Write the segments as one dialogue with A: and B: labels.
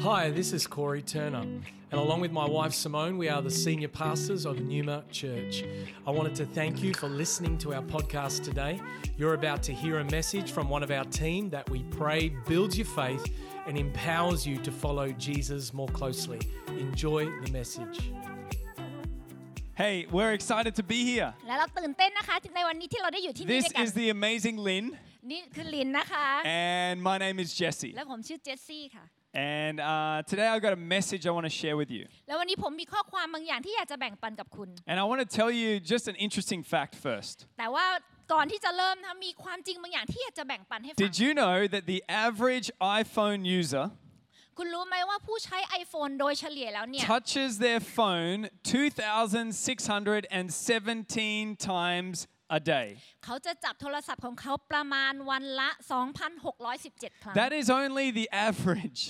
A: Hi, this is Corey Turner, and along with my wife Simone, we are the senior pastors of Numa Church. I wanted to thank you for listening to our podcast today. You're about to hear a message from one of our team that we pray builds your faith and empowers you to follow Jesus more closely. Enjoy the message.
B: Hey, we're excited to be here.
C: และเราตื่นเต้นนะคะในวันนี้ที่เราได้อยู่ที่นี่
B: This
C: ด้วยกัน
B: is the amazing Lynn,
C: นี่คือลินนะคะ
B: and my name is Jesse.
C: และผมชื่อเจสซี่ค่ะ
B: And uh, today I've got a message I want to share with you.
C: แล้ววันนี้ผมมีข้อความบางอย่างที่อยากจะแบ่งปันกับคุณ
B: And I want to tell you just an interesting fact first.
C: แต่ว่าก่อนที่จะเริ่มนะคะมีความจริงบางอย่างที่อยากจะแบ่งปันให้ฟัง
B: Did you know that the average iPhone user
C: คุณรู้ไหมว่าผู้ใช้ iPhone โดยเฉลี่ยแล้วเนี่ย
B: touches their phone 2,617 times a day?
C: เขาจะจับโทรศัพท์ของเขาประมาณวันละ 2,617 ครั้ง
B: That is only the average.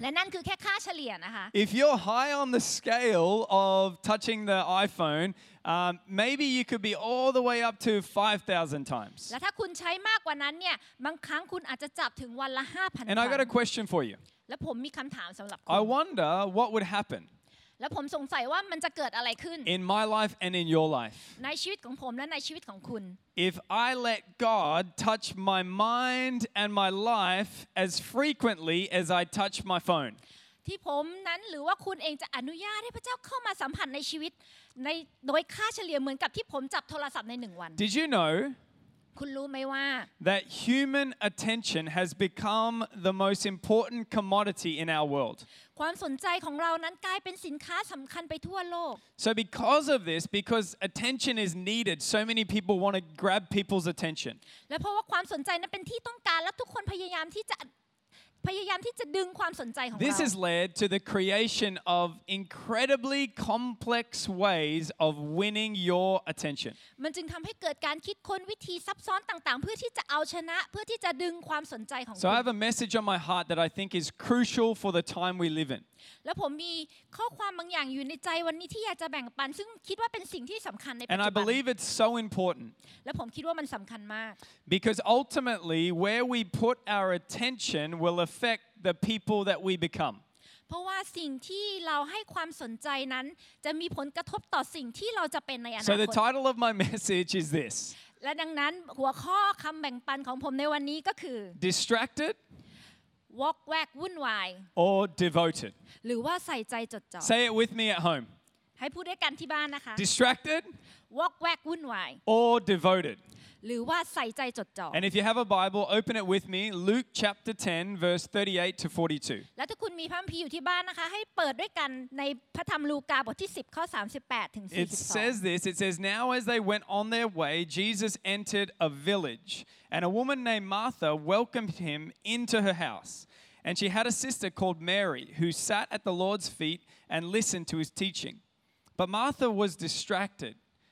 C: และนั่นคือแค่ค่าเฉลี่ยนะคะ
B: If you're high on the scale of touching the iPhone, um, maybe you could be all the way up to 5,000 times.
C: และถ้าคุณใช้มากกว่านั้นเนี่ยบางครั้งคุณอาจจะจับถึงวันละ 5,000 ค
B: And I got a
C: รั้ง
B: question for you.
C: และผมมีคำถามสำหรับคุ
B: I
C: ณ
B: wonder what would happen
C: และผมสงสัยว่ามันจะเกิดอะไรขึ้น
B: in my life and in your life
C: ในชีวิตของผมและในชีวิตของคุณ
B: if I let God touch my mind and my life as frequently as I touch my phone.
C: ที่ผมนั้นหรือว่าคุณเองจะอนุญาตให้พระเจ้าเข้ามาสัมผัสในชีวิต ในโดยค่าเฉลี่ยเหมือนกับที่ผมจับโทรศัพท์ในหนึ่งวัน
B: Did you know
C: คุณรู้ไหมว่า
B: that human attention has become the most important commodity in our world?
C: ความสนใจของเรานั้นกลายเป็นสินค้าสำคัญไปทั่วโลก
B: So, because of this, because attention is needed, so many people want to grab people's attention.
C: และเพราะว่าความสนใจนั้นเป็นที่ต้องการและทุกคนพยายามที่จะพยายามที่จะดึงความสนใจของเรา
B: This has led to the creation of incredibly complex ways of winning your attention.
C: มันจึงทำให้เกิดการคิดค้นวิธีซับซ้อนต่างๆ เพื่อที่จะเอาชนะ เพื่อที่จะดึงความสนใจของ
B: So, I
C: คุณ
B: have a message on my heart that I think is crucial for the time we live in.
C: แล้วผมมีข้อความบางอย่างอยู่ในใจวันนี้ที่อยากจะแบ่งปัน ซึ่งคิดว่าเป็นสิ่งที่สำคัญในปัจ
B: And I
C: จุบัน
B: believe it's so important
C: และผมคิดว่ามันสำคัญมาก
B: because ultimately, where we put our attention will affect the people that we become.
C: เพราะว่าสิ่งที่เราให้ความสนใจนั้น จะมีผลกระทบต่อสิ่งที่เราจะเป็นในอนา
B: So, the
C: คต
B: title of my message is this
C: และดังนั้นหัวข้อคำแบ่งปันของผมในวันนี้ก็คือ
B: Distracted
C: วอกแวกวุ่นวาย
B: or Devoted?
C: หรือว่าใส่ใจจดจ่อ
B: Say it with me at home.
C: ให้พูดด้วยกันที่บ้านนะคะ
B: Distracted
C: วอกแวกวุ่นวาย
B: or devoted.
C: หรือว่าใส่ใจจดจ่อ
B: And if you have a Bible, open it with me. Luke chapter 10, verse 38 to 42.
C: และถ้าคุณมีพระคัมภีร์อยู่ที่บ้านนะคะ ให้เปิดด้วยกันในพระธรรมลูกาบทที่ 10 ข้อ 38 ถึง
B: It says
C: 42
B: this it says, Now as they went on their way, Jesus entered a village, and a woman named Martha welcomed him into her house. And she had a sister called Mary, who sat at the Lord's feet and listened to his teaching. But Martha was distracted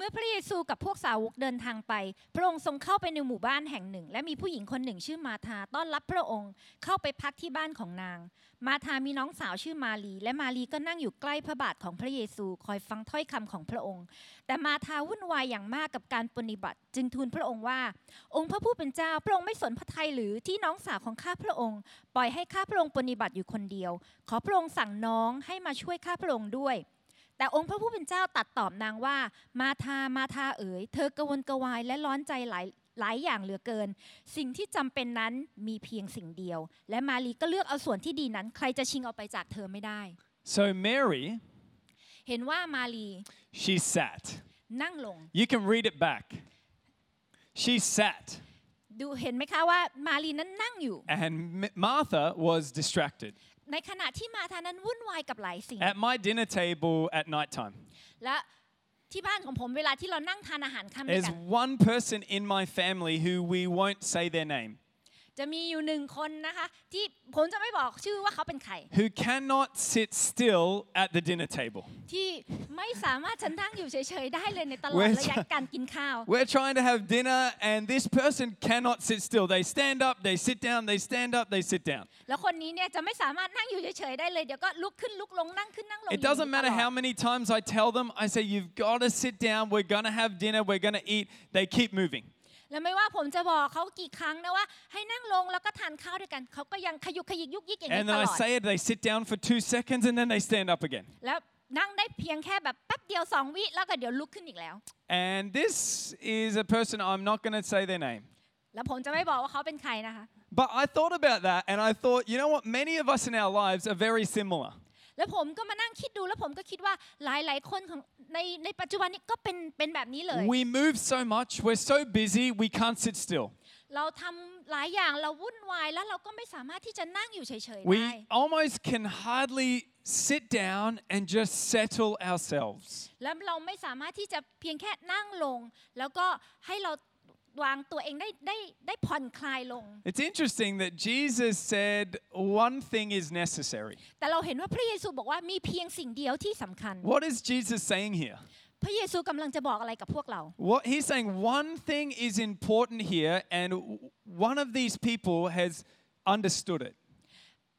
C: เมื่อพระเยซูกับพวกสาวกเดินทางไป พระองค์ทรงเข้าไปในหมู่บ้านแห่งหนึ่ง และมีผู้หญิงคนหนึ่งชื่อมาธาต้อนรับพระองค์เข้าไปพักที่บ้านของนาง มาธามีน้องสาวชื่อมารีและมารีก็นั่งอยู่ใกล้พระบาทของพระเยซูคอยฟังถ้อยคำของพระองค์ แต่มาธาวุ่นวายอย่างมากกับการปฏิบัติ จึงทูลพระองค์ว่า องค์พระผู้เป็นเจ้า พระองค์ไม่สนพระทัยหรือที่น้องสาวของข้าพระองค์ ปล่อยให้ข้าพระองค์ปฏิบัติอยู่คนเดียว ขอพระองค์สั่งน้องให้มาช่วยข้าพระองค์ด้วย แต่องค์พระผู้เป็นเจ้าตัดตอบนางว่า มาทามาทาเอ๋ย เธอกระวนกระวายและร้อนใจหลายหลายอย่างเหลือเกิน สิ่งที่จำเป็นนั้นมีเพียงสิ่งเดียว และมารีก็เลือกเอาส่วนที่ดีนั้น ใครจะชิงเอาไปจากเธอไม่ได้
B: So Mary,
C: เห็นว่ามารี
B: she sat.
C: นั่งลง
B: You can read it back. She sat,
C: ดูเห็นไหมคะว่ามารีนั้นนั่งอยู่
B: and M- Martha was distracted
C: ในขณะที่มาทานั้นวุ่นวายกับหลายสิ่ง
B: at my dinner table at nighttime.
C: และที่บ้านของผมเวลาที่เรานั่งทานอาหารค่ำด้วย
B: There's
C: กัน
B: one person in my family who we won't say their name.
C: จะมีอยู่หนึ่งคนนะคะ ที่ผมจะไม่บอกชื่อว่าเขาเป็นใคร
B: who cannot sit still at the dinner table.
C: ที่ไม่สามารถฉันนั่งอยู่เฉยๆได้เลยในตลอด
B: Where's-
C: ระยะการกินข้าว
B: We're trying to have dinner, and this person cannot sit still. They stand up, they sit down, they stand up, they sit down.
C: แล้วคนนี้เนี่ยจะไม่สามารถนั่งอยู่เฉยๆได้เลยเดี๋ยวก็ลุกขึ้นลุกลงนั่งขึ้นนั่งลง
B: It doesn't
C: อยู่ตล
B: matter
C: อด
B: how many times I tell them, I say, You've got to sit down, we're going to have dinner, we're going to eat. They keep moving.
C: แล้วไม่ว่าผมจะบอกเขากี่ครั้งนะว่า ให้นั่งลงแล้วก็ทานข้าวด้วยกันเขาก็ยังขยุกขยิกยุกยิกอย่างนี้
B: And
C: ต
B: then I
C: ลอด
B: say it, they sit down for two seconds, and then they stand up again.
C: แล้วนั่งได้เพียงแค่แบบแป๊บเดียวสองวิแล้วก็เดี๋ยวลุกขึ้นอีกแล้ว
B: And this is a person, I'm not going to say their name.
C: แล้วผมจะไม่บอกว่าเขาเป็นใครนะคะ
B: But I thought about that, and I thought, you know what? Many of us in our lives are very similar.
C: แล้วผมก็มานั่งคิดดูแล้วผมก็คิดว่าหลายๆคนของในในปัจจุบันนี้ก็เป็นเป็นแบบนี้เลย
B: We move so much, we're so busy, we can't sit still.
C: เราทำหลายอย่างเราวุ่นวายแล้วเราก็ไม่สามารถที่จะนั่งอยู่เฉยๆ
B: We
C: ได้
B: almost can hardly sit down and just settle ourselves.
C: แล้วเราไม่สามารถที่จะเพียงแค่นั่งลง แล้วก็ให้เราวางตัวเองได้ได้ได้ผ่อนคลายลง
B: It's interesting that Jesus said one thing is necessary.
C: แต่เราเห็นว่าพระเยซูบอกว่ามีเพียงสิ่งเดียวที่สำคัญ
B: What is Jesus saying here?
C: พระเยซูกำลังจะบอกอะไรกับพวกเรา
B: What he's saying one thing is important here and w- one of these people has understood it.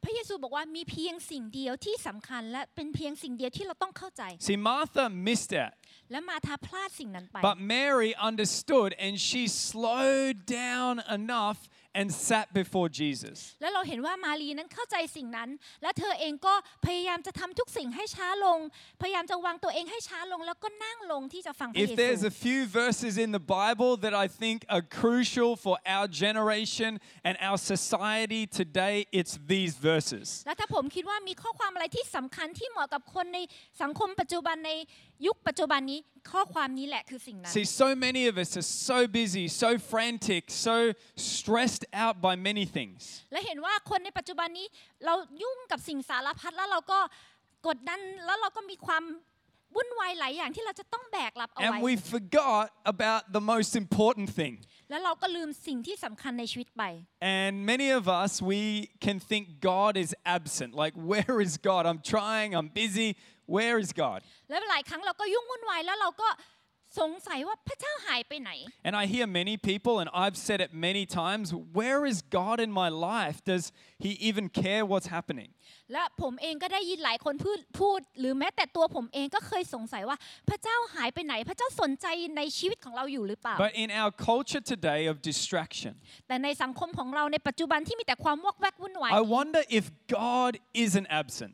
C: พระเยซูบอกว่ามีเพียงสิ่งเดียวที่สำคัญ และเป็นเพียงสิ่งเดียวที่เราต้องเข้าใจ
B: See Martha missed that,
C: และมาทาพลาดสิ่งนั้นไป
B: but Mary understood and she slowed down enough and sat before Jesus.
C: แล้วเราเห็นว่ามารีนั้นเข้าใจสิ่งนั้น และเธอเองก็พยายามจะทำทุกสิ่งให้ช้าลง พยายามจะวางตัวเองให้ช้าลง แล้วก็นั่งลงที่จะฟังพระเย
B: If there's
C: ซู
B: a few verses in the Bible that I think are crucial for our generation and our society today, it's these verses.
C: และถ้าผมคิดว่ามีข้อความอะไรที่สำคัญที่เหมาะกับคนในสังคมปัจจุบันในยุคปัจจุบันนี้ข้อความนี้แหละคือสิ่งนั้น
B: See, so many of us are so busy, so frantic, so stressed out by many things.
C: และเห็นว่าคนในปัจจุบันนี้เรายุ่งกับสิ่งสารพัดแล้วเราก็กดดันแล้วเราก็มีความวุ่นวายหลายอย่างที่เราจะต้องแบกรับเอา
B: And
C: ไว้
B: we forgot about the most important thing.
C: แล้วเราก็ลืมสิ่งที่สำคัญในชีวิตไป
B: And many of us, we can think God is absent. Like, where is God? I'm trying, I'm busy. Where is God?
C: แล้วหลายครั้งเราก็ยุ่งวุ่นวายแล้วเราก็สงสัยว่าพระเจ้าหายไปไหน
B: And I hear many people, and I've said it many times where is God in my life? Does He even care what's happening?
C: และผมเองก็ได้ยินหลายคนพูดพูด หรือแม้แต่ตัวผมเองก็เคยสงสัยว่าพระเจ้าหายไปไหน พระเจ้าสนใจในชีวิตของเราอยู่หรือเปล่า
B: But in our culture today of distraction,
C: แต่ในสังคมของเราในปัจจุบันที่มีแต่ความวอกแวกวุ่นวาย
B: I wonder if God isn't absent,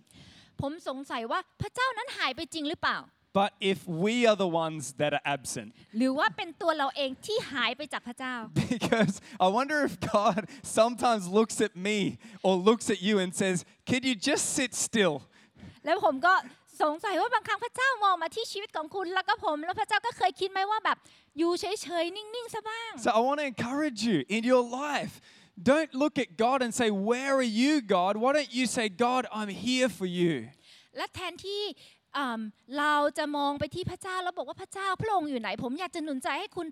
C: ผมสงสัยว่าพระเจ้านั้นหายไปจริงหรือเปล่า
B: but if we are the ones that are absent.
C: หรือว่าเป็นตัวเราเองที่หายไปจากพระเจ้า
B: Because I wonder if God sometimes looks at me or looks at you and says, Can you just sit still?
C: แล้วผมก็สงสัยว่าบางครั้งพระเจ้ามองมาที่ชีวิตของคุณแล้วก็ผมแล้วพระเจ้าก็เคยคิดไหมว่าแบบอยู่เฉยๆนิ่งๆซะบ้าง
B: So I want to encourage you in your life. Don't look at God and say, Where are you, God? Why don't you say, God, I'm here for you?
C: และแทนที่เอิ่มเราจะมองไปที่พระเจ้าแล้วบอกว่าพระเจ้าพระองค์อยู่ไหน ผมอยากจะหนุนใจให้คุณ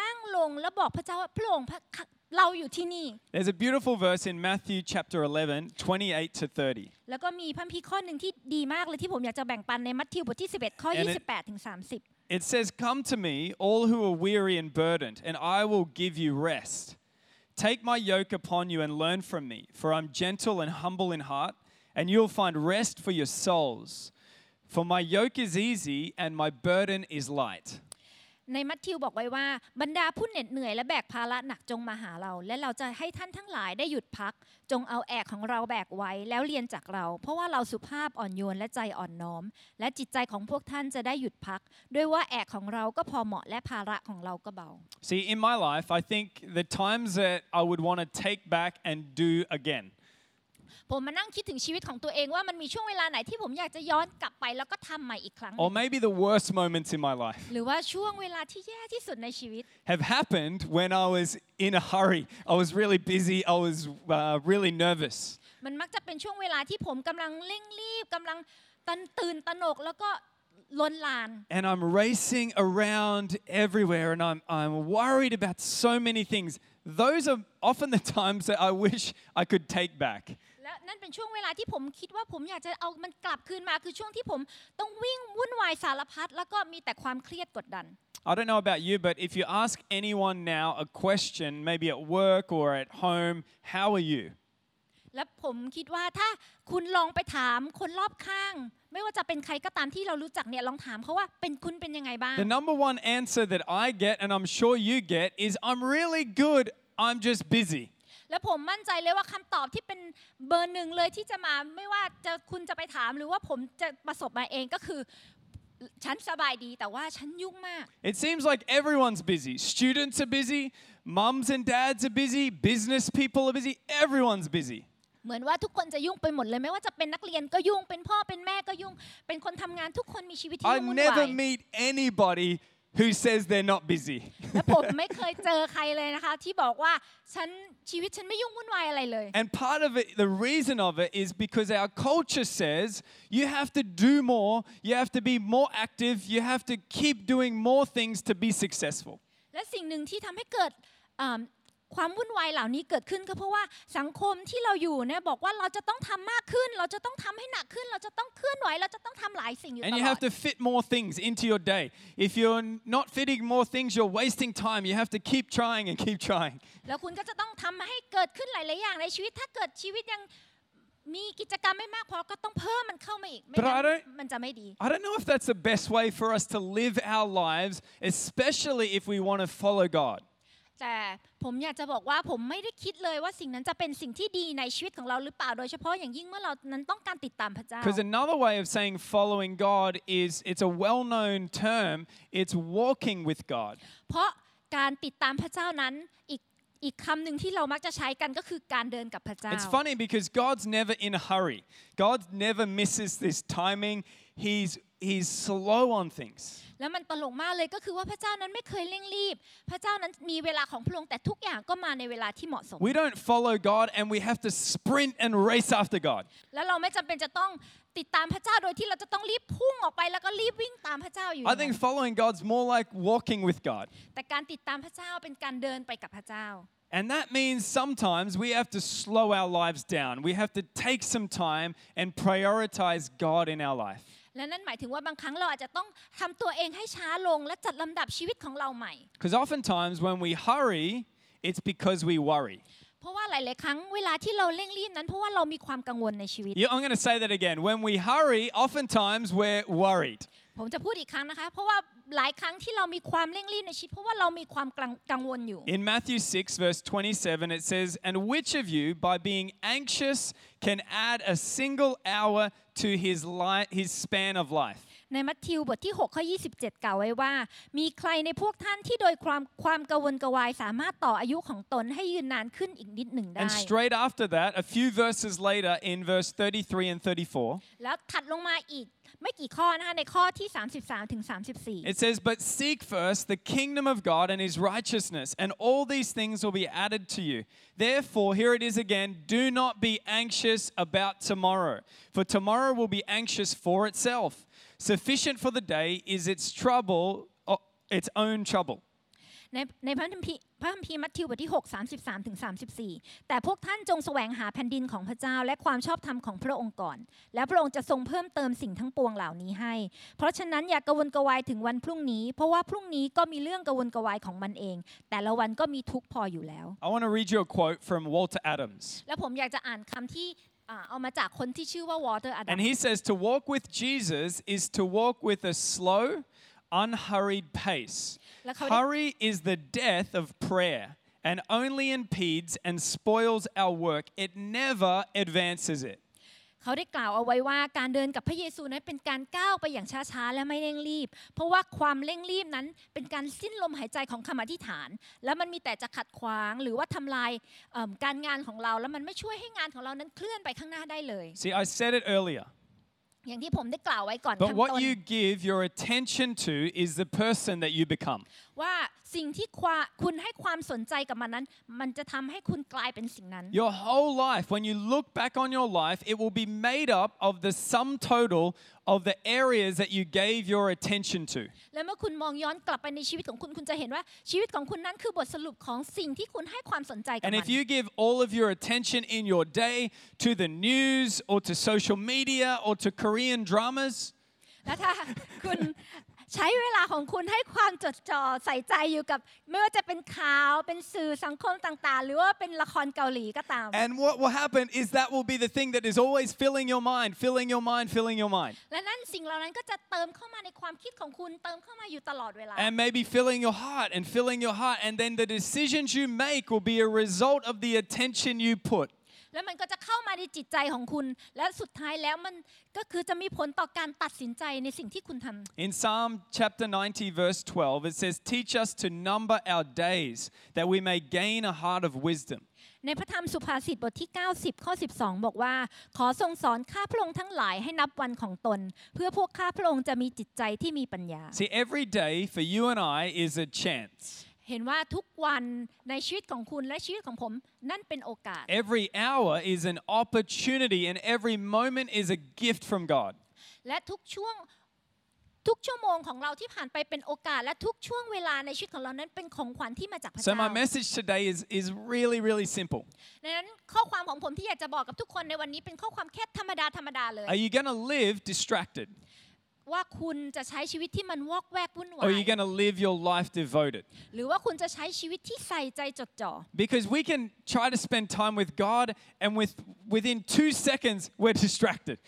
C: นั่งลงแล้วบอกพระเจ้าว่าพระองค์พระเราอยู่ที่นี่
B: There's a beautiful verse in Matthew chapter 11, 28 to 30.
C: แล้วก็มีพระคัมภีร์ข้อหนึ่งที่ดีมากเลยที่ผมอยากจะแบ่งปันในมัทธิวบทที่ 11 ข้อ
B: And it-
C: 28ถึง30
B: It says, Come to me, all who are weary and burdened, and I will give you rest. Take my yoke upon you and learn from me, for I'm gentle and humble in heart, and you'll find rest for your souls. For my yoke is easy and my burden is light.
C: ในมัทธิวบอกไว้ว่าบรรดาผู้เหน็ดเหนื่อยและแบกภาระหนักจงมาหาเรา และเราจะให้ท่านทั้งหลายได้หยุดพัก จงเอาแอกของเราแบกไว้แล้วเรียนจากเรา เพราะว่าเราสุภาพอ่อนโยนและใจอ่อนน้อม และจิตใจของพวกท่านจะได้หยุดพัก ด้วยว่าแอกของเราก็พอเหมาะและภาระของเราก็เบา
B: See, in my life, I think the times that I would want to take back and do again.
C: ผมมานั่งคิดถึงชีวิตของตัวเองว่ามันมีช่วงเวลาไหนที่ผมอยากจะย้อนกลับไปแล้วก็ทำใหม่อีกครั้งหนึ่ง
B: Or maybe the worst moments in my life
C: หรือว่าช่วงเวลาที่แย่ที่สุดในชีวิต
B: have happened when I was in a hurry. I was really busy. I was uh, really nervous.
C: มันมักจะเป็นช่วงเวลาที่ผมกำลังเร่งรีบกำลังตันตื่นตระหนกแล้วก็ลนลาน
B: and I'm racing around everywhere and I'm, I'm worried about so many things. those are often the times that I wish I could take back.
C: และนั่นเป็นช่วงเวลาที่ผมคิดว่าผมอยากจะเอามันกลับคืนมาคือช่วงที่ผมต้องวิ่งวุ่นวายสารพัดแล้วก็มีแต่ความเครียดกดดัน
B: I don't know about you, but if you ask anyone now a question, maybe at work or at home, how are you?
C: และผมคิดว่าถ้าคุณลองไปถามคนรอบข้าง ไม่ว่าจะเป็นใครก็ตามที่เรารู้จักเนี่ยลองถามเขาว่าเป็นคุณเป็นยังไงบ้าง
B: The number one answer that I get, and I'm sure you get, is I'm really good, I'm just busy.
C: และผมมั่นใจเลยว่าคำตอบที่เป็นเบอร์หนึ่งเลยที่จะมาไม่ว่าจะคุณจะไปถามหรือว่าผมจะประสบมาเองก็คือ ฉันสบายดีแต่ว่าฉันยุ่งมาก
B: It seems like everyone's busy. Students are busy, mums and dads are busy, business people are busy, everyone's busy.
C: เหมือนว่าทุกคนจะยุ่งไปหมดเลยไม่ว่าจะเป็นนักเรียนก็ยุ่งเป็นพ่อเป็นแม่ก็ยุ่ง เป็นคนทำงานทุกคนมีชีวิตที่
B: I
C: ยุ่งวุ่นวา
B: never
C: ย
B: meet anybody who says they're not busy.
C: และผมไม่เคยเจอใครเลยนะคะ ที่บอกว่าฉันชีวิตฉันไม่ยุ่งวุ่นวายอะไรเลย
B: And part of it, the reason of it is because our culture says you have to do more, you have to be more active, you have to keep doing more things to be successful.
C: และสิ่งหนึ่งที่ทำให้เกิดเอิ่มความวุ่นวายเหล่านี้เกิดขึ้นก็เพราะว่าสังคมที่เราอยู่เนี่ยบอกว่าเราจะต้องทำมากขึ้น เราจะต้องทำให้หนักขึ้น เราจะต้องเคลื่อนไหวเราจะต้องทำหลายสิ่งอยู่ต
B: And you
C: ลอด
B: have to fit more things into your day. If you're not fitting more things, you're wasting time. You have to keep trying and keep trying.
C: แล้วคุณก็จะต้องทำให้เกิดขึ้นหลายๆอย่างในชีวิตถ้าเกิดชีวิตยังมีกิจกรรมไม่มากพอก็ต้องเพิ่มมันเข้ามาอีกไม่
B: But I
C: งั้น
B: don't-
C: มันจะไม่ดี
B: I don't know if that's the best way for us to live our lives, especially if we want to follow God.
C: แต่ผมอยากจะบอกว่าผมไม่ได้คิดเลยว่าสิ่งนั้นจะเป็นสิ่งที่ดีในชีวิตของเราหรือเปล่าโดยเฉพาะอย่างยิ่งเมื่อเรานั้นต้องการติดตามพระเจ้า
B: Because another way of saying following God is it's a well known term, it's walking with God.
C: เพราะการติดตามพระเจ้านั้นอีกอีกคำหนึ่งที่เรามักจะใช้กันก็คือการเดินกับพระเจ้า
B: It's funny because God's never in a hurry, God never misses this timing. He's, he's slow on things.
C: แล้วมันตลกมากเลยก็คือว่าพระเจ้านั้นไม่เคยเร่งรีบ พระเจ้านั้นมีเวลาของพระองค์แต่ทุกอย่างก็มาในเวลาที่เหมาะสม
B: We don't follow God and we have to sprint and race after God.
C: แล้วเราไม่จำเป็นจะต้องติดตามพระเจ้าโดยที่เราจะต้องรีบพุ่งออกไปแล้วก็รีบวิ่งตามพระเจ้าอยู่
B: I think following God's more like walking with God.
C: แต่การติดตามพระเจ้าเป็นการเดินไปกับพระเจ้า
B: And that means sometimes we have to slow our lives down. We have to take some time and prioritize God in our life.
C: และนั่นหมายถึงว่าบางครั้งเราอาจจะต้องทำตัวเองให้ช้าลง และจัดลำดับชีวิตของเราใหม่
B: Because oftentimes when we hurry, it's because we worry.
C: เพราะว่าหลาย ๆ ครั้งเวลาที่เราเร่งรีบนั้นเพราะว่าเรามีความกังวลในชีวิต
B: Yeah, I'm going to say that again. When we hurry, oftentimes we're worried.
C: ผมจะพูดอีกครั้งนะคะ เพราะว่าหลายครั้งที่เรามีความเร่งรีบในชีวิต เพราะว่าเรามีความกังกังวลอยู่
B: In Matthew 6, verse 27, it says, And which of you, by being anxious, can add a single hour to his, li- his span of life?
C: ในมัทธิวบทที่6ข้อ27 กล่าวไว้ว่า มีใครในพวกท่านที่โดยความความกังวลกระวายสามารถต่ออายุของตนให้ยืนนานขึ้นอีกนิดหนึ่งได้
B: And straight after that, a few verses later, in verse 33 and 34,
C: แล้วถัดลงมาอีกไม่กี่ข้อนะคะในข้อที่ 33ถึง34
B: it says, But seek first the kingdom of God and his righteousness, and all these things will be added to you. Therefore, here it is again do not be anxious about tomorrow, for tomorrow will be anxious for itself. Sufficient for the day is its trouble, o- its own trouble.
C: ในในพระคัมภีร์พระคัมภีร์มัทธิวบทที่ 6 33ถึง34 แต่พวกท่านจงแสวงหาแผ่นดินของพระเจ้า และความชอบธรรมของพระองค์ก่อน แล้วพระองค์จะทรงเพิ่มเติมสิ่งทั้งปวงเหล่านี้ให้ เพราะฉะนั้นอย่ากกังวลกระวายถึงวันพรุ่งนี้ เพราะว่าพรุ่งนี้ก็มีเรื่องกังวลกระวายของมันเอง แต่ละวันก็มีทุกข์พออยู่แล้ว
B: I want to read you a quote from Walter Adams.
C: แล้วผมอยากจะอ่านคำที่อ่าเอามาจากคนที่ชื่อว่าวอเตอร์อดั
B: And he says, To walk with Jesus is to walk with a slow, unhurried pace.
C: La cabre-
B: Hurry is the death of prayer and only impedes and spoils our work, it never advances it.
C: เขาได้กล่าวเอาไว้ว่าการเดินกับพระเยซูนั้นเป็นการก้าวไปอย่างช้าๆและไม่เร่งรีบ เพราะว่าความเร่งรีบนั้นเป็นการสิ้นลมหายใจของคำอธิษฐาน และมันมีแต่จะขัดขวางหรือว่าทำลายเอิ่มการงานของเรา แล้วมันไม่ช่วยให้งานของเรานั้นเคลื่อนไปข้างหน้าได้เลย
B: See, I said it earlier,
C: อย่างที่ผมได้กล่าวไว้ก่อน
B: but
C: ข้างต้
B: what
C: น
B: you give your attention to is the person that you become.
C: ว่า สิ่งที่ควาคุณให้ความสนใจกับมันนั้น มันจะทำให้คุณกลายเป็นสิ่งนั้น
B: Your whole life, when you look back on your life, it will be made up of the sum total of the areas that you gave your attention to.
C: และเมื่อคุณมองย้อนกลับไปในชีวิตของคุณคุณจะเห็นว่าชีวิตของคุณนั้นคือบทสรุปของสิ่งที่คุณให้ความสนใจกับ
B: And
C: มัน
B: if you give all of your attention in your day to the news or to social media or to Korean dramas,
C: และถ้า คุณใช้เวลาของคุณให้ความจดจ่อใส่ใจอยู่กับ ไม่ว่าจะเป็นข่าวเป็นสื่อสังคมต่างๆ หรือว่าเป็นละครเกาหลีก็ตาม
B: and what will happen is that will be the thing that is always filling your mind, filling your mind, filling your mind,
C: และนั่นสิ่งเหล่านั้นก็จะเติมเข้ามาในความคิดของคุณเติมเข้ามาอยู่ตลอดเวลา
B: and maybe filling your heart and filling your heart. And then the decisions you make will be a result of the attention you put.
C: แล้วมันก็จะเข้ามาในจิตใจของคุณ และสุดท้ายแล้วมันก็คือจะมีผลต่อการตัดสินใจในสิ่งที่คุณทำ
B: In Psalm chapter 90, verse 12, it says, Teach us to number our days that we may gain a heart of wisdom.
C: ในพระธรรมสุภาษิตบทที่ 90 ข้อ 12 บอกว่า ขอทรงสอนข้าพระองค์ทั้งหลายให้นับวันของตน เพื่อพวกข้าพระองค์จะมีจิตใจที่มีปัญญา
B: See, every day for you and I is a chance.
C: เห็นว่าทุกวันในชีวิตของคุณและชีวิตของผมนั่นเป็นโอกาส
B: Every hour is an opportunity, and every moment is a gift from God.
C: และทุกช่วงทุกชั่วโมงของเราที่ผ่านไปเป็นโอกาส และทุกช่วงเวลาในชีวิตของเรานั้นเป็นของขวัญที่มาจากพระ
B: So,
C: เจ้า
B: my message today is, is really, really simple.
C: ดังนั้นข้อความของผมที่อยากจะบอกกับทุกคนในวันนี้เป็นข้อความแค่ธรรมดาธรรมดาเลย
B: Are you going to live distracted?
C: ว่าคุณจะใช้ชีวิตที่มันวอกแวกวุ่นวา
B: Or are
C: ย
B: you going to live your life devoted?
C: หรือว่าคุณจะใช้ชีวิตที่ใส่ใจจดจ่อ
B: Because we can try to spend time with God, and with, within two seconds, we're distracted.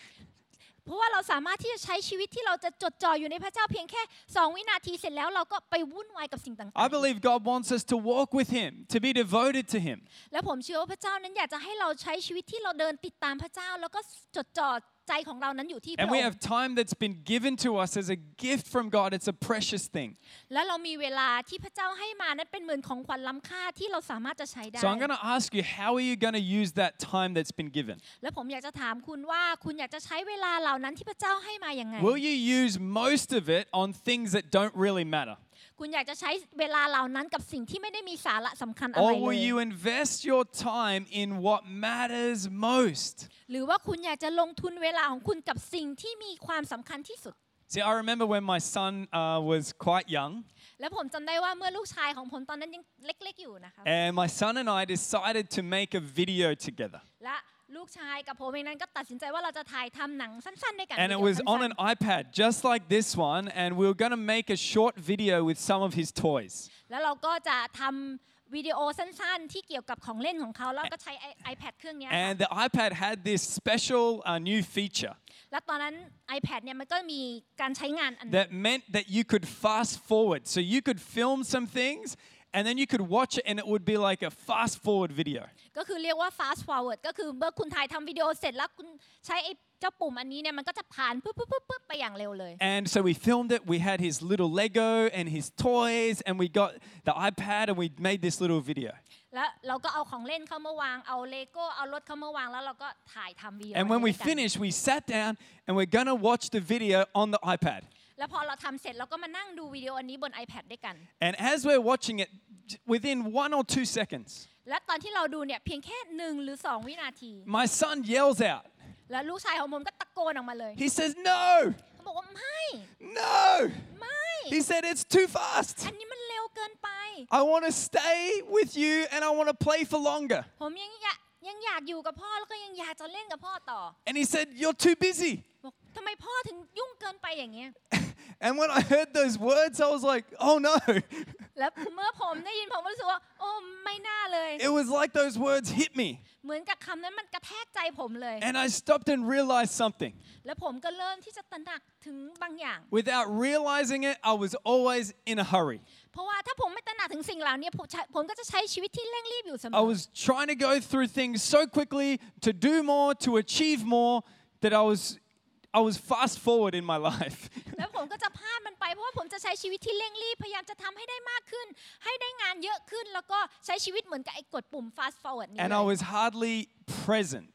C: เพราะว่าเราสามารถที่จะใช้ชีวิตที่เราจะจดจ่ออยู่ในพระเจ้าเพียงแค่ 2 วินาทีเสร็จแล้วเราก็ไปวุ่นวายกับสิ่งต่าง
B: I believe God wants us to walk with Him, to be devoted to Him.
C: ๆ และผมเชื่อว่าพระเจ้านั้นอยากจะให้เราใช้ชีวิตที่เราเดินติดตามพระเจ้า แล้วก็จดจ่อใจของเรานั้นอยู่ที่พระ
B: And
C: อ
B: we
C: งค์
B: have time that's been given to us as a gift from God. It's a precious thing.
C: และเรามีเวลาที่พระเจ้าให้มานั้นเป็นเหมือนของขวัญล้ำค่าที่เราสามารถจะใช้ได้
B: So I'm going to ask you, how are you going to use that time that's been given?
C: และผมอยากจะถามคุณว่าคุณอยากจะใช้เวลาเหล่านั้นที่พระเจ้าให้มาอย่างไง
B: Will you use most of it on things that don't really matter?
C: คุณอยากจะใช้เวลาเหล่านั้นกับสิ่งที่ไม่ได้มีสาระสำคัญอะไร
B: Or
C: เล
B: will
C: ย
B: you invest your time in what matters most?
C: หรือว่าคุณอยากจะลงทุนเวลาของคุณกับสิ่งที่มีความสำคัญที่สุด
B: See, I remember when my son uh, was quite young,
C: และผมจำได้ว่าเมื่อลูกชายของผมตอนนั้นยังเล็กๆอยู่นะคะ
B: and my son and I decided to make a video together.
C: และลูกชายกับผมเองนั้นก็ตัดสินใจว่าเราจะถ่ายทำหนังสั้นๆด้วยกัน
B: And it
C: วิดีโอ
B: was on
C: สั้น
B: an iPad, just like this one, and we were going to make a short video with some of his toys.
C: ๆแล้วเราก็จะทำวิดีโอสั้นๆ ที่เกี่ยวกับของเล่นของเขาแล้วก็ใช้ i- iPad เครื่องเนี้ยค่ะ
B: And the iPad had this special uh, new feature
C: และตอนนั้น iPad เนี่ยมันก็มีการใช้งานอันหนึ่ง
B: that meant that you could fast forward. So you could film some things, and then you could watch it, and it would be like a fast forward video.
C: ก็คือเรียกว่า fast forward ก็คือเมื่อคุณถ่ายทำวิดีโอเสร็จแล้วคุณใช้ไอ้เจ้าปุ่มอันนี้เนี่ยมันก็จะผ่านปุ๊บปุ๊บปุ๊บปุ๊บไปอย่างเร็วเลย
B: And so we filmed it. We had his little Lego and his toys, and we got the iPad, and we made this little video.
C: แล้วเราก็เอาของเล่นเข้ามาวาง เอาเลโก้ เอารถเข้ามาวาง แล้วเราก็ถ่ายทำวิดีโอ
B: And when we
C: ด้วยกัน
B: finished, we sat down, and we're going to watch the video on the iPad.
C: แล้วพอเราทำเสร็จเราก็มานั่งดูวิดีโออันนี้บน iPad ด้วยกัน
B: And as we're watching it, j- within one or two seconds,
C: และตอนที่เราดูเนี่ยเพียงแค่หนึ่งหรือ 2 วินาที
B: my son yells out.
C: แล้วลูกชายของผมก็ตะโกนออกมาเลย
B: He says, No,
C: เขาบอกว่าไม่
B: no.
C: ไม่
B: He said, It's too fast.
C: อันนี้มันเร็วเกินไป
B: I want to stay with you and I want to play for longer.
C: ผมยังอยากยังอยากอยู่กับพ่อแล้วก็ยังอยากจะเล่นกับพ่อต่อ
B: And he said, You're too busy.
C: บอกทำไมพ่อถึงยุ่งเกินไปอย่างเงี้ย
B: And when I heard those words, I was like, Oh no.
C: แล้วเมื่อผมได้ยินผมก็รู้สึกว่า โอ้ไม่น่าเลย
B: It was like those words hit me.
C: เหมือนกับคำนั้นมันกระแทกใจผมเลย
B: And I stopped and realized something.
C: แล้วผมก็เริ่มที่จะตระหนักถึงบางอย่าง
B: Without realizing it, I was always in a hurry.
C: เพราะว่าถ้าผมไม่ตระหนักถึงสิ่งเหล่านี้ผมใช้ผมก็จะใช้ชีวิตที่เร่งรีบอยู่เสม
B: I
C: อ
B: was trying to go through things so quickly to do more, to achieve more, that I was I was fast forward in my life.
C: แล้วผมก็จะพลาดมันไปเพราะว่าผมจะใช้ชีวิตที่เร่งรีบพยายามจะทำให้ได้มากขึ้น ให้ได้งานเยอะขึ้น แล้วก็ใช้ชีวิตเหมือนกับไอ้กดปุ่ม fast forward นี่
B: and
C: เล
B: I
C: ย
B: was hardly present.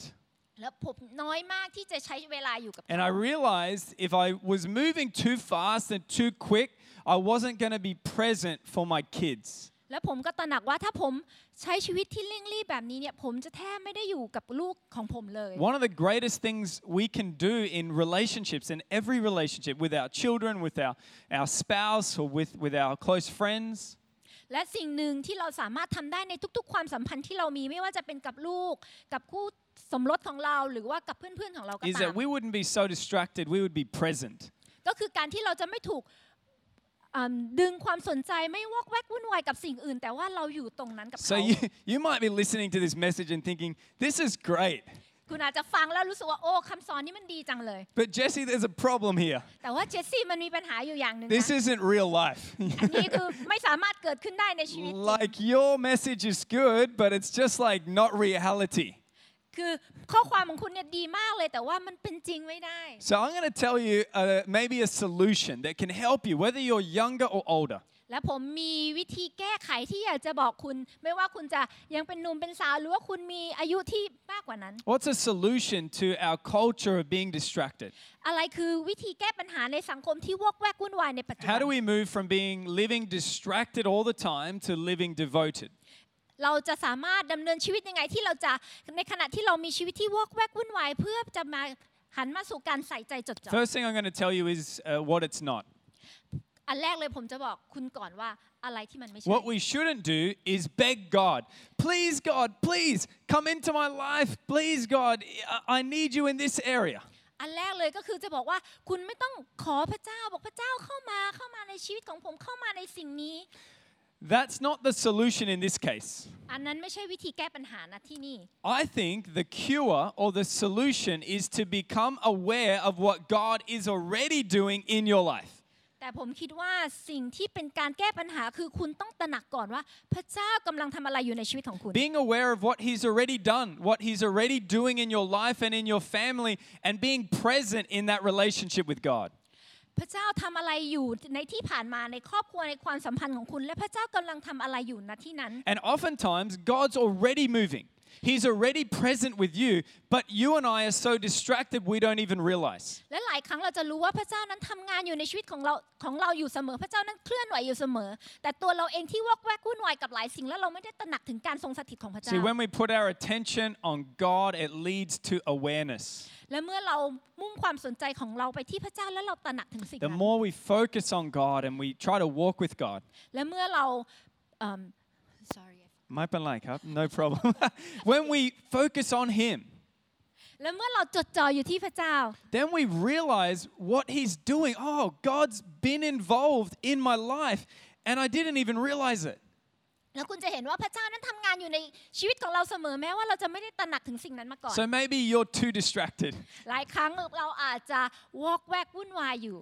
C: แล้วผมน้อยมากที่จะใช้เวลาอยู่กับ
B: And I realized if I was moving too fast and too quick, I wasn't going to be present for my kids.
C: แล้วผมก็ตระหนักว่าถ้าผมใช้ชีวิตที่เร่งรีบแบบนี้เนี่ย ผมจะแทบไม่ได้อยู่กับลูกของผมเลย
B: One of the greatest things we can do in relationships, in every relationship, with our children, with our, our spouse, or with, with our close friends,
C: และสิ่งหนึ่งที่เราสามารถทำได้ในทุก ๆ ความสัมพันธ์ที่เรามีไม่ว่าจะเป็นกับลูก กับคู่สมรสของเราหรือว่ากับเพื่อนๆของเราก็
B: is
C: ตาม
B: that we wouldn't be so distracted, we would be present.
C: ก็คือการที่เราจะไม่ถูกอืมดึงความสนใจไม่วอกแวกวุ่นวายกับสิ่งอื่น แต่ว่าเราอยู่ตรงนั้นกั บ
B: So
C: เขา
B: you, you might be listening to this message and thinking, this is great.
C: คุณอาจจะฟังแล้วรู้สึกว่าโอ้คำสอนนี้มันดีจังเลย
B: But Jesse, there's a problem here.
C: แต่ว่าเจสซี่มันมีปัญหาอยู่อย่างหนึ่งนะ
B: This isn't real life.
C: อันนี้คือไม่สามารถเกิดขึ้นได้ในชีวิตจริง
B: like your message is good, but it's just like not reality.
C: คือข้อความของคุณเนี่ยดีมากเลยแต่ว่ามันเป็นจริงไม่ได้
B: So I'm going to tell you uh, maybe a solution that can help you, whether you're younger or older.
C: และผมมีวิธีแก้ไขที่อยากจะบอกคุณ ไม่ว่าคุณจะยังเป็นหนุ่มเป็นสาวหรือว่าคุณมีอายุที่มากกว่านั้น
B: What's a solution to our culture of being distracted?
C: อะไรคือวิธีแก้ปัญหาในสังคมที่วอกแวกวุ่นวายในปัจจุบั
B: How
C: น
B: do we move from being living distracted all the time to living devoted?
C: เราจะสามารถดำเนินชีวิตยังไงที่เราจะในขณะที่เรามีชีวิตที่วอกแวกวุ่นวายเพื่อจะมาหันมาสู่การใส่ใจจดจ่อ
B: First thing I'm going to tell you is uh, what it's not.
C: อันแรกเลยผมจะบอกคุณก่อนว่าอะไรที่มันไม่ใช่
B: What we shouldn't do is beg God, please, God, please come into my life. Please, God, I I need you in this area.
C: อันแรกเลยก็คือจะบอกว่าคุณไม่ต้องขอพระเจ้าบอกพระเจ้าเข้ามาเข้ามาในชีวิตของผมเข้ามาในสิ่งนี้
B: That's not the solution in this case.
C: อันนั้นไม่ใช่วิธีแก้ปัญหานะที่นี่
B: I think the cure or the solution is to become aware of what God is already doing in your life.
C: แต่ผมคิดว่าสิ่งที่เป็นการแก้ปัญหาคือคุณต้องตระหนักก่อนว่า พระเจ้ากำลังทำอะไรอยู่ในชีวิตของคุณ
B: Being aware of what He's already done, what He's already doing in your life and in your family, and being present in that relationship with God.
C: พระเจ้าทำอะไรอยู่ในที่ผ่านมาในครอบครัวในความสัมพันธ์ของคุณ และพระเจ้ากำลังทำอะไรอยู่ณที่นั้น
B: And oftentimes, God's already moving. He's already present with you, but you and I are so distracted we don't even realize.
C: และหลายครั้งเราจะรู้ว่าพระเจ้านั้นทำงานอยู่ในชีวิตของเราของเราอยู่เสมอ พระเจ้านั้นเคลื่อนไหวอยู่เสมอ แต่ตัวเราเองที่วอกแวกวุ่นวายกับหลายสิ่งแล้วเราไม่ได้ตระหนักถึงการทรงสถิตของพระเจ้า
B: See, when we put our attention on God, it leads to awareness.
C: และเมื่อเรามุ่งความสนใจของเราไปที่พระเจ้าแล้วเราตระหนักถึงสิ่ง
B: The
C: นั้น
B: more we focus on God and we try to walk with God,
C: และเมื่อเราเอิ่ม sorry
B: ไม่เป็นไรครับ no problem when we focus on him
C: และเมื่อเราจดจ่ออยู่ที่พระเจ้า
B: then we realize what he's doing oh god's been involved in my life and i didn't even realize it
C: แล้วคุณจะเห็นว่าพระเจ้านั้นทำงานอยู่ในชีวิตของเราเสมอแม้ว่าเราจะไม่ได้ตระหนักถึงสิ่งนั้นมาก่อน
B: so maybe you're too distracted
C: หลายครั้งเราอาจจะวอกแวกวุ่นวายอยู่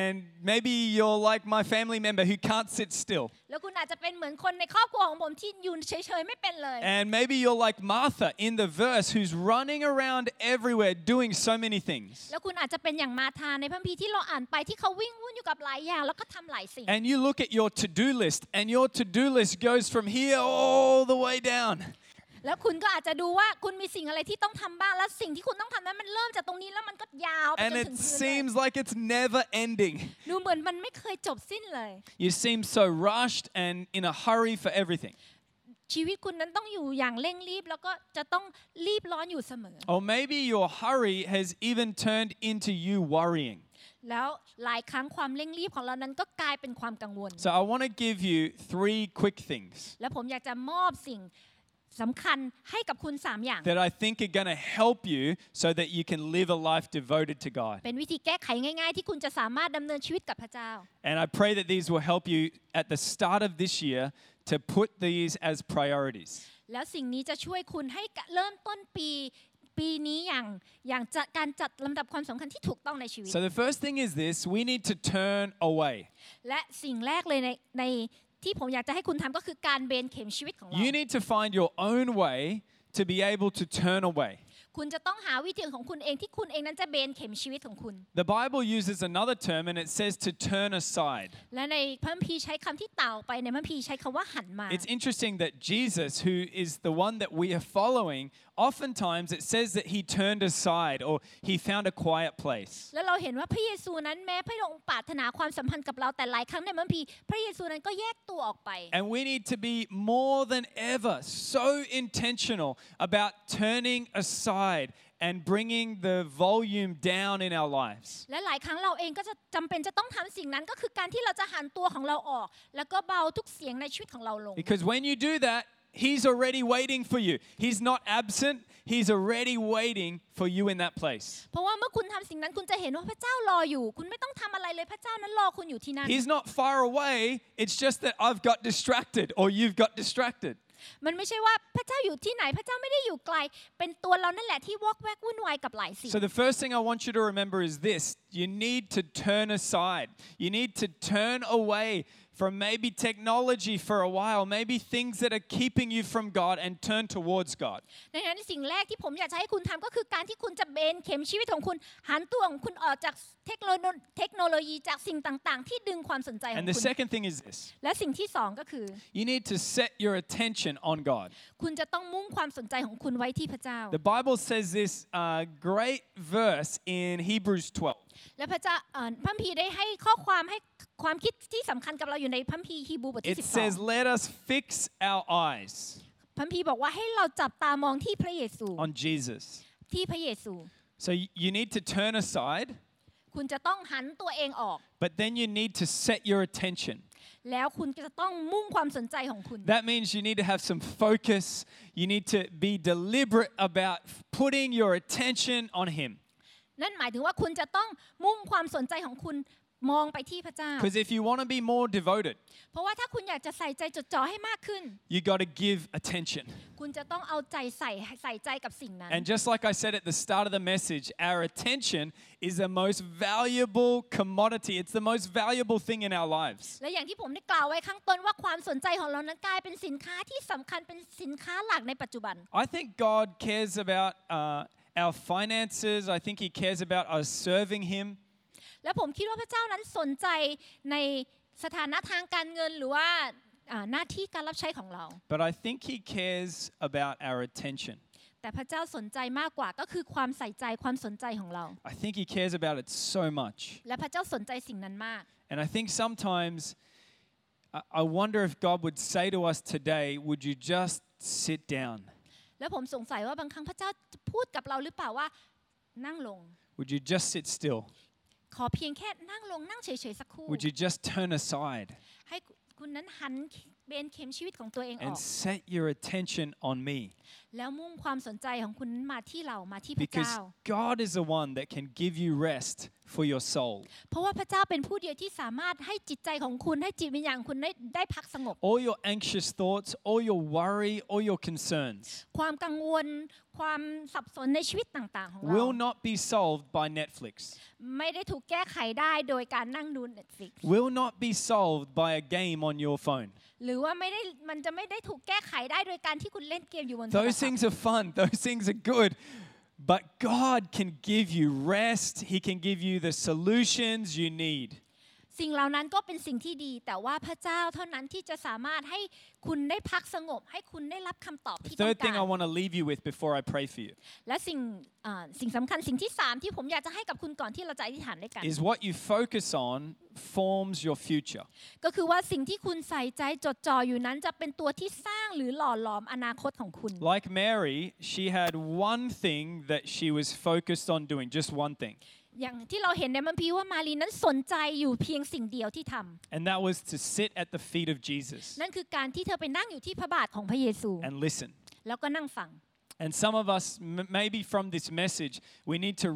B: and maybe you're like my family member who can't sit still
C: แล้วคุณอาจจะเป็นเหมือนคนในครอบครัวของผมที่ยืนเฉยๆไม่เป็นเลย
B: and maybe you're like martha in the verse who's running around everywhere doing so many things
C: แล้วคุณอาจจะเป็นอย่างมาธาในพระคัมภีร์ที่เราอ่านไปที่เขาวิ่งวุ่นอยู่กับหลายอย่าง แล้วก็ทำหลายสิ่ง
B: and you look at your to-do list and your to-do list goes from here all the way down
C: แล้วคุณก็อาจจะดูว่าคุณมีสิ่งอะไรที่ต้องทำบ้างแล้วสิ่งที่คุณต้องทำนั้นมันเริ่มจากตรงนี้แล้วมันก็ยาวไปจ
B: and
C: นถึง
B: it
C: พื้นเล
B: seems
C: ย
B: like it's never ending.
C: ดูเหมือนมันไม่เคยจบสิ้นเลย
B: You seem so rushed and in a hurry for everything.
C: ชีวิตคุณนั้นต้องอยู่อย่างเร่งรีบ แล้วก็จะต้องรีบร้อนอยู่เสมอ
B: Or maybe your hurry has even turned into you worrying.
C: แล้วหลายครั้งความเร่งรีบของเรานั้นก็กลายเป็นความกังวล
B: So I want to give you three quick things
C: และผมอยากจะมอบสิ่งสำคัญให้กับคุณ 3 อย่าง
B: that I think are going to help you so that you can live a life devoted to God.
C: เป็นวิธีแก้ไขง่าย ๆ ที่คุณจะสามารถดำเนินชีวิตกับพระเจ้า
B: And I pray that these will help you at the start of this year to put these as priorities.
C: แล้วสิ่งนี้จะช่วยคุณให้เริ่มต้นปี ปีนี้อย่างอย่างจะการจัดลำดับความสำคัญที่ถูกต้องในชีวิต
B: So the first thing is this, we need to turn away.
C: และสิ่งแรกเลยในในที่ผมอยากจะให้คุณทำก็คือการเบนเข็มชีวิตของเรา
B: You need to find your own way to be able to turn away.
C: คุณจะต้องหาวิธีของคุณเองที่คุณเองนั้นจะเบนเข็มชีวิตของคุณ
B: The Bible uses another term and it says to turn aside.
C: และในพระคัมภีร์ใช้คำที่ต่างออกไปในพระคัมภีร์ใช้คำว่าหันมา
B: It's interesting that Jesus, who is the one that we are following, oftentimes it says that he turned aside or he found a quiet place.
C: แล้วเราเห็นว่าพระเยซูนั้นแม้พระองค์ปรารถนาความสัมพันธ์กับเราแต่หลายครั้งในพระคัมภีร์พระเยซูนั้นก็แยกตัวออกไป
B: And we need to be more than ever so intentional about turning aside and bringing the volume down in our lives.
C: และหลายครั้งเราเองก็จะจำเป็นจะต้องทำสิ่งนั้นก็คือการที่เราจะหันตัวของเราออก แล้วก็เบาทุกเสียงในชีวิตของเราลง
B: Because when you do that, he's already waiting for you. He's not absent, he's already waiting for you in that place.
C: เพราะว่าเมื่อคุณทำสิ่งนั้นคุณจะเห็นว่าพระเจ้ารออยู่ คุณไม่ต้องทำอะไรเลยพระเจ้านั้นรอคุณอยู่ที่นั่น
B: He's not far away, it's just that I've got distracted or you've got distracted.
C: มันไม่ใช่ว่าพระเจ้าอยู่ที่ไหนพระเจ้าไม่ได้อยู่ไกล เป็นตัวเรานั่นแหละที่วอกแวกวุ่นวายกับหลายสิ่ง
B: So, the first thing I want you to remember is this you need to turn aside. You need to turn away from maybe technology for a while, maybe things that are keeping you from God, and turn towards God.
C: ดังนั้นสิ่งแรกที่ผมอยากจะให้คุณทำก็คือการที่คุณจะเบนเข็มชีวิตของคุณ หันตัวของคุณออกจากเทคโนโลยีเทคโนโลยีจากสิ่งต่างๆ ที่ดึงความสนใจของ
B: And the
C: คุณ
B: second thing is this
C: และสิ่งที่สองก็คือ
B: you need to set your attention on God.
C: คุณจะต้องมุ่งความสนใจของคุณไว้ที่พระเจ้า
B: The Bible says this uh, great verse in Hebrews 12.
C: และพระเจ้าเอ่อพระคัมภีร์ได้ให้ข้อความให้ความคิดที่สำคัญกับเราอยู่ในพระคัมภีร์ฮีบรูบทที่
B: It says,
C: 12
B: Let us fix our eyes
C: พระคัมภีร์บอกว่าให้เราจับตามองที่พระเยซู
B: on Jesus.
C: ที่พระเยซู
B: So y- you need to turn aside,
C: คุณจะต้องหันตัวเองออก
B: but then you need to set your attention.
C: แล้วคุณก็จะต้องมุ่งความสนใจของคุณ
B: That means you need to have some focus. You need to be deliberate about f- putting your attention on Him.
C: นั่นหมายถึงว่าคุณจะต้องมุ่งความสนใจของคุณมองไปที่พระเจ้า
B: Because if you want to be more devoted,
C: เพราะว่าถ้าคุณอยากจะใส่ใจจดจ่อให้มากขึ้น
B: you got to give attention.
C: คุณจะต้องเอาใจใส่ใส่ใจกับสิ่งนั้น
B: And just like I said at the start of the message, our attention is the most valuable commodity. It's the most valuable thing in our lives.
C: และอย่างที่ผมได้กล่าวไว้ข้างต้นว่าความสนใจของเรานั้นกลายเป็นสินค้าที่สำคัญเป็นสินค้าหลักในปัจจุบัน
B: I think God cares about uh, our finances. I think He cares about us serving Him.
C: และผมคิดว่าพระเจ้านั้นสนใจในสถานะทางการเงินหรือว่าอ่าหน้าที่การรับใช้ของเรา
B: But I think He cares about our attention.
C: แต่พระเจ้าสนใจมากกว่าก็คือความใส่ใจความสนใจของเรา
B: I think He cares about it so much.
C: และพระเจ้าสนใจสิ่งนั้นมาก
B: And I think sometimes I- I wonder if God would say to us today, Would you just sit down?
C: แล้วผมสงสัยว่าบางครั้งพระเจ้าจะพูดกับเราหรือเปล่าว่านั่งลง
B: Would you just sit still?
C: ขอเพียงแค่นั่งลงนั่งเฉยๆสักครู่
B: Would you just turn aside
C: ให้คุณนั้นหันเบนเข็มชีวิตของตัวเองออ
B: and
C: ก
B: set your attention on me?
C: แล้วมุ่งความสนใจของคุณนั้นมาที่เรามาที่พระ
B: Because
C: เจ้า
B: God is the one that can give you rest for your soul.
C: เพราะว่าพระเจ้าเป็นผู้เดียวที่สามารถให้จิตใจของคุณให้จิตวิญญาณของคุณได้ได้พักสงบ
B: All your anxious thoughts, all your worry, all your concerns
C: ความกังวล ความสับสนในชีวิตต่างๆ ของเรา
B: will not be solved by Netflix,
C: ไม่ได้ถูกแก้ไขได้โดยการนั่งดู Netflix
B: will not be solved by a game on your phone.
C: หรือว่าไม่ได้มันจะไม่ได้ถูกแก้ไขได้โดยการที่คุณเล่นเกมอยู่บนโทร
B: Those
C: ศัพท์
B: things are fun, those things are good. But God can give you rest. He can give you the solutions you need.
C: สิ่งเหล่านั้นก็เป็นสิ่งที่ดี แต่ว่าพระเจ้าเท่านั้นที่จะสามารถให้คุณได้พักสงบ ให้คุณได้รับคำตอบที่ต้อง
B: Third
C: กา
B: thing I
C: ร
B: want to leave you with before I pray for you
C: และสิ่งอ่าสิ่งสำคัญสิ่งที่สามที่ผมอยากจะให้กับคุณก่อนที่เราจะอธิษฐานด้วยกัน
B: is what you focus on forms your future.
C: ก็คือว่าสิ่งที่คุณใส่ใจจดจ่ออยู่นั้นจะเป็นตัวที่สร้างหรือหล่อหลอมอนาคตของคุณ
B: Like Mary, she had one thing that she was focused on doing, just one thing,
C: อย่างที่เราเห็นในมัมพีร์ว่ามารีนั้นสนใจอยู่เพียงสิ่งเดียวที่ทำ
B: and that was to sit at the feet of Jesus
C: นั่นคือการที่เธอไปนั่งอยู่ที่พระบาทของพระเยซู
B: and listen.
C: แล้วก็นั่งฟัง
B: And some of us, m- maybe from this message, we need to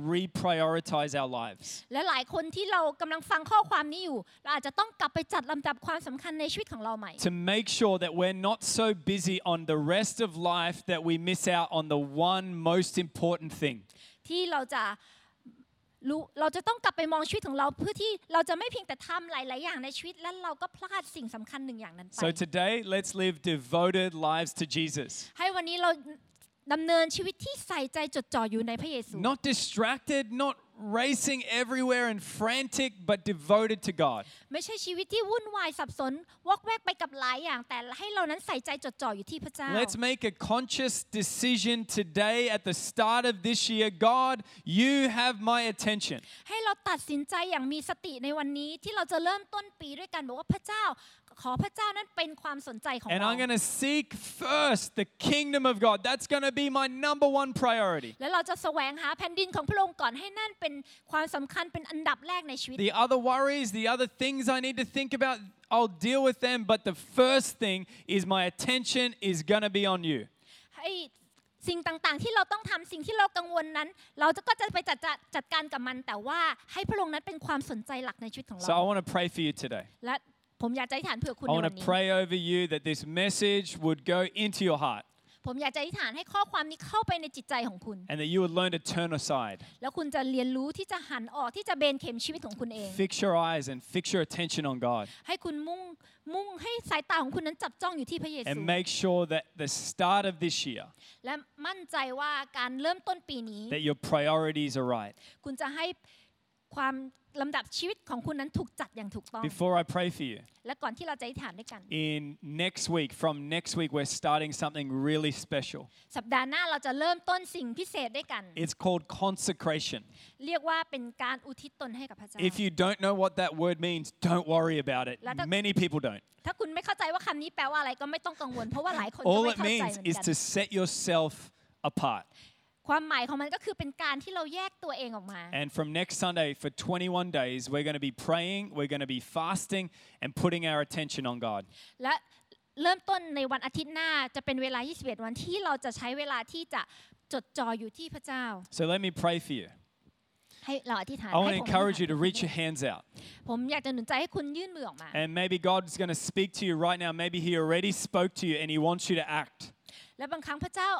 B: reprioritize our lives.
C: และหลายคนที่เรากำลังฟังข้อความนี้อยู่ เราอาจจะต้องกลับไปจัดลำดับความสำคัญในชีวิตของเราใหม่
B: to make sure that we're not so busy on the rest of life that we miss out on the one most important thing.
C: ที่เราจะรู้เราจะต้องกลับไปมองชีวิตของเรา เพื่อที่เราจะไม่เพียงแต่ทำหลาย ๆ อย่างในชีวิต และเราก็พลาดสิ่งสำคัญหนึ่งอย่างนั้นไป
B: So today, let's live devoted lives to Jesus.
C: ให้วันนี้เรา ดำเนินชีวิตที่ใส่ใจจดจ่ออยู่ในพระเยซู
B: Not distracted, not racing everywhere and frantic, but devoted to God.
C: ไม่ใช่ชีวิตที่วุ่นวายสับสนวอกแวกไปกับหลายอย่าง แต่ให้เรานั้นใส่ใจจดจ่ออยู่ที่พระเจ้า
B: Let's make a conscious decision today at the start of this year God, you have my attention.
C: ให้เราตัดสินใจอย่างมีสติในวันนี้ที่เราจะเริ่มต้นปีด้วยกันบอกว่าพระเจ้า ขอพระเจ้านั้นเป็นความสนใจของ
B: And
C: เรา
B: I'm going to seek first the kingdom of God. That's going to be my number one priority.
C: แล้วเราจะแสวงหาแผ่นดินของพระองค์ก่อนให้นั่นเป็นความสำคัญเป็นอันดับแรกในชีวิต
B: The other worries, the other things I need to think about, I'll deal with them. But the first thing is my attention is going to be on you.
C: ให้สิ่งต่างๆ ที่เราต้องทำสิ่งที่เรากังวลนั้น เราจะก็จะไปจัดจัดจัดการกับมัน แต่ว่าให้พระองค์นั้นเป็นความสนใจหลักในชีวิตของ
B: So
C: เรา
B: I want to pray for you today.
C: และผมอยากจะอธิษฐานเผื่อคุณ
B: I
C: ใน
B: want
C: วันนี้
B: to pray over you that this message would go into your heart
C: ผมอยากจะอธิษฐานให้ข้อความนี้เข้าไปในจิตใจของคุณ
B: and that you would learn to turn aside.
C: แล้วคุณจะเรียนรู้ที่จะหันออกที่จะเบนเข็มชีวิตของคุณเอง
B: Fix your eyes and fix your attention on God.
C: ให้คุณมุ่งมุ่งให้สายตาของคุณนั้นจับจ้องอยู่ที่พระเยซู
B: And make sure that the start of this year,
C: และมั่นใจว่าการเริ่มต้นปีนี้
B: that your priorities are right.
C: คุณจะให้ความลำดับชีวิตของคุณนั้นถูกจัดอย่างถูกต้อง
B: Before I pray for you,
C: และก่อนที่เราจะอธิษฐานด้วยกัน
B: in next week, from next week, we're starting something really special.
C: สัปดาห์หน้าเราจะเริ่มต้นสิ่งพิเศษด้วยกัน
B: It's called consecration.
C: เรียกว่าเป็นการอุทิศตนให้กับพระเจ้า
B: If you don't know what that word means, don't worry about it.
C: Let us-
B: Many people don't.
C: ถ้าคุณไม่เข้าใจว่าคำนี้แปลว่าอะไรก็ไม่ต้องกังวล เพราะว่าหลายคนก็
B: All
C: ไม่
B: it
C: เข้าใจ
B: means
C: เหมือ
B: is
C: นกั
B: to
C: น
B: set yourself apart.
C: ความหมายของมันก็คือเป็นการที่เราแยกตัวเองออกมา
B: And from next Sunday, for 21 days, we're going to be praying, we're going to be fasting, and putting our attention on God.
C: และเริ่มต้นในวันอาทิตย์หน้าจะเป็นเวลา 21 วันที่เราจะใช้เวลาที่จะจดจ่ออยู่ที่พระเจ้า
B: So let me pray for you.
C: ให้เราอธิษฐาน
B: I want
C: ให้
B: to
C: ผมอธิษฐาน
B: encourage you to reach your hands out.
C: ผมอยากจะหนุนใจให้คุณยื่นมือออกมา
B: And maybe God's going to speak to you right now. Maybe He already spoke to you and He wants you to act.
C: และบางครั้งพระเจ้า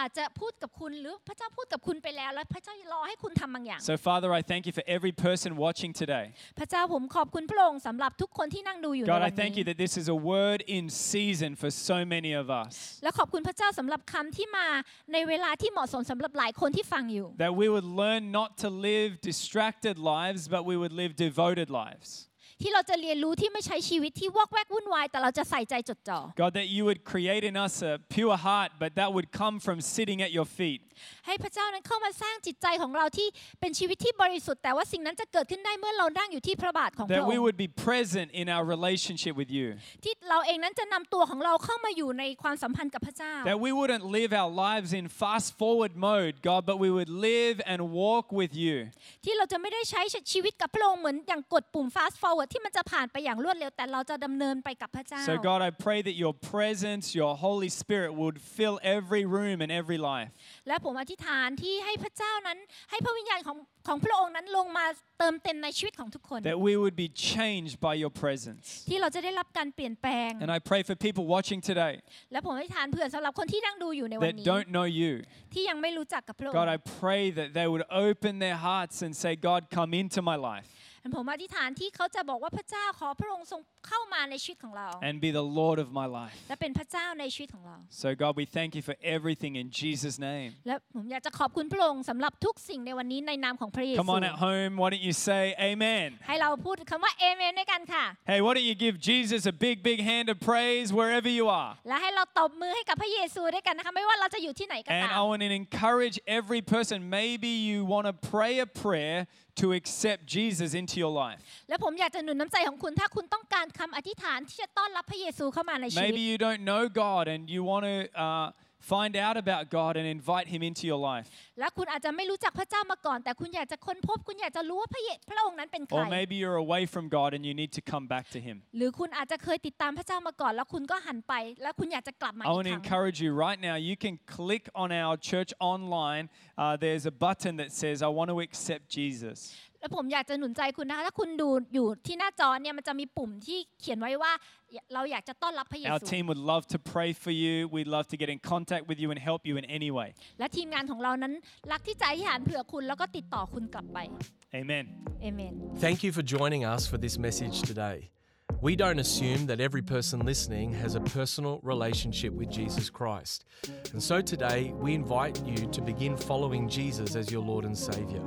C: อาจจะพูดกับคุณหรือพระเจ้าพูดกับคุณไปแล้ว แล้วพระเจ้ารอให้คุณทำบางอย่าง
B: So, Father, I thank you for every person watching today.
C: พระเจ้าผมขอบคุณพระองค์สำหรับทุกคนที่นั่งดูอยู่ใน
B: God,
C: วั
B: I
C: น
B: thank
C: นี้
B: you that this is a word in season for so many of us.
C: และขอบคุณพระเจ้าสำหรับคำที่มาในเวลาที่เหมาะสมสำหรับหลายคนที่ฟังอยู่
B: That we would learn not to live distracted lives, but we would live devoted lives.
C: ที่เราจะเรียนรู้ที่ไม่ใช้ชีวิตที่วอกแวกวุ่นวาย แต่เราจะใส่ใจจดจ่อ
B: God, that you would create in us a pure heart, but that would come from sitting at your feet.
C: ให้พระเจ้านั้นเข้ามาสร้างจิตใจของเราที่เป็นชีวิตที่บริสุทธิ์แต่ว่าสิ่งนั้นจะเกิดขึ้นได้เมื่อเรานั่งอยู่ที่พระบาทของพระ
B: That
C: อง
B: we
C: ค์
B: would be present in our relationship with you.
C: ที่เราเองนั้นจะนำตัวของเราเข้ามาอยู่ในความสัมพันธ์กับพระเจ้า
B: That we wouldn't live our lives in fast forward mode, God, but we would live and walk with you.
C: ที่เราจะไม่ได้ใช้ชีวิตกับพระองค์เหมือนอย่างกดปุ่ม fast forward ที่มันจะผ่านไปอย่างรวดเร็วแต่เราจะดำเนินไปกับพระเจ้า
B: So, God, I pray that your presence, your Holy Spirit would fill every room and every life.
C: และผมอธิษฐานที่ให้พระเจ้านั้น ให้พระวิญญาณของของพระองค์นั้นลงมาเติมเต็มในชีวิตของทุกคน
B: That we would be changed by your presence.
C: ที่เราจะได้รับการเปลี่ยนแปลง
B: And I pray for people watching today
C: และผมอธิษฐานเผื่อสำหรับคนที่นั่งดูอยู่ในวัน
B: that
C: นี้
B: don't know you.
C: ที่ยังไม่รู้จักกับพระองค์
B: God, I pray that they would open their hearts and say, God, come into my life
C: ผมอธิษฐานที่เขาจะบอกว่าพระเจ้าขอพระองค์ทรงเข้ามาในชีวิตของเรา
B: and be the Lord of my life.
C: และเป็นพระเจ้าในชีวิตของเรา
B: So, God, we thank you for everything in Jesus' name.
C: และผมอยากจะขอบคุณพระองค์สำหรับทุกสิ่งในวันนี้ในนามของพระเยซู
B: Come on at home, why don't you say amen?
C: ให้เราพูดคำว่าเอเมนด้วยกันค่ะ
B: Hey, why don't you give Jesus a big, big hand of praise wherever you are?
C: และให้เราตบมือให้กับพระเยซูด้วยกันนะคะไม่ว่าเราจะอยู่ที่ไหนก็
B: And
C: ตาม
B: I want to encourage every person, maybe you want to pray a prayer to accept Jesus into your life.
C: และผมอยากจะหนุนน้ำใจของคุณถ้าคุณต้องการคำอธิษฐานที่จะต้อนรับพระเยซูเข้ามาในชีวิ
B: Maybe
C: ต
B: you don't know God and you want to uh, find out about God and invite Him into your life.
C: และคุณอาจจะไม่รู้จักพระเจ้ามาก่อน แต่คุณอยากจะค้นพบ คุณอยากจะรู้ว่าพระเยพระองค์นั้นเป็นใคร
B: Or maybe you're away from God and you need to come back to Him.
C: หรือคุณอาจจะเคยติดตามพระเจ้ามาก่อน แล้วคุณก็หันไป แล้วคุณอยากจะกลับมา
B: I
C: อี
B: want to
C: กครั้ง
B: encourage you right now. You can click on our church online. Uh, there's a button that says, I want to accept Jesus.
C: และผมอยากจะหนุนใจคุณนะคะถ้าคุณดูอยู่ที่หน้าจอเนี่ยมันจะมีปุ่มที่เขียนไว้ว่าเราอยากจะต้อนรับพระเย
B: Our
C: ซู
B: team would love to pray for you. We'd love to get in contact with you and help you in any way.
C: และทีมงานของเรานั้นรักที่จะอธิษฐานเผื่อคุณแล้วก็ติดต่อคุณกลับไป
B: Amen.
C: เอเมน
A: Thank you for joining us for this message today. We don't assume that every person listening has a personal relationship with Jesus Christ. And so today, we invite you to begin following Jesus as your Lord and Savior.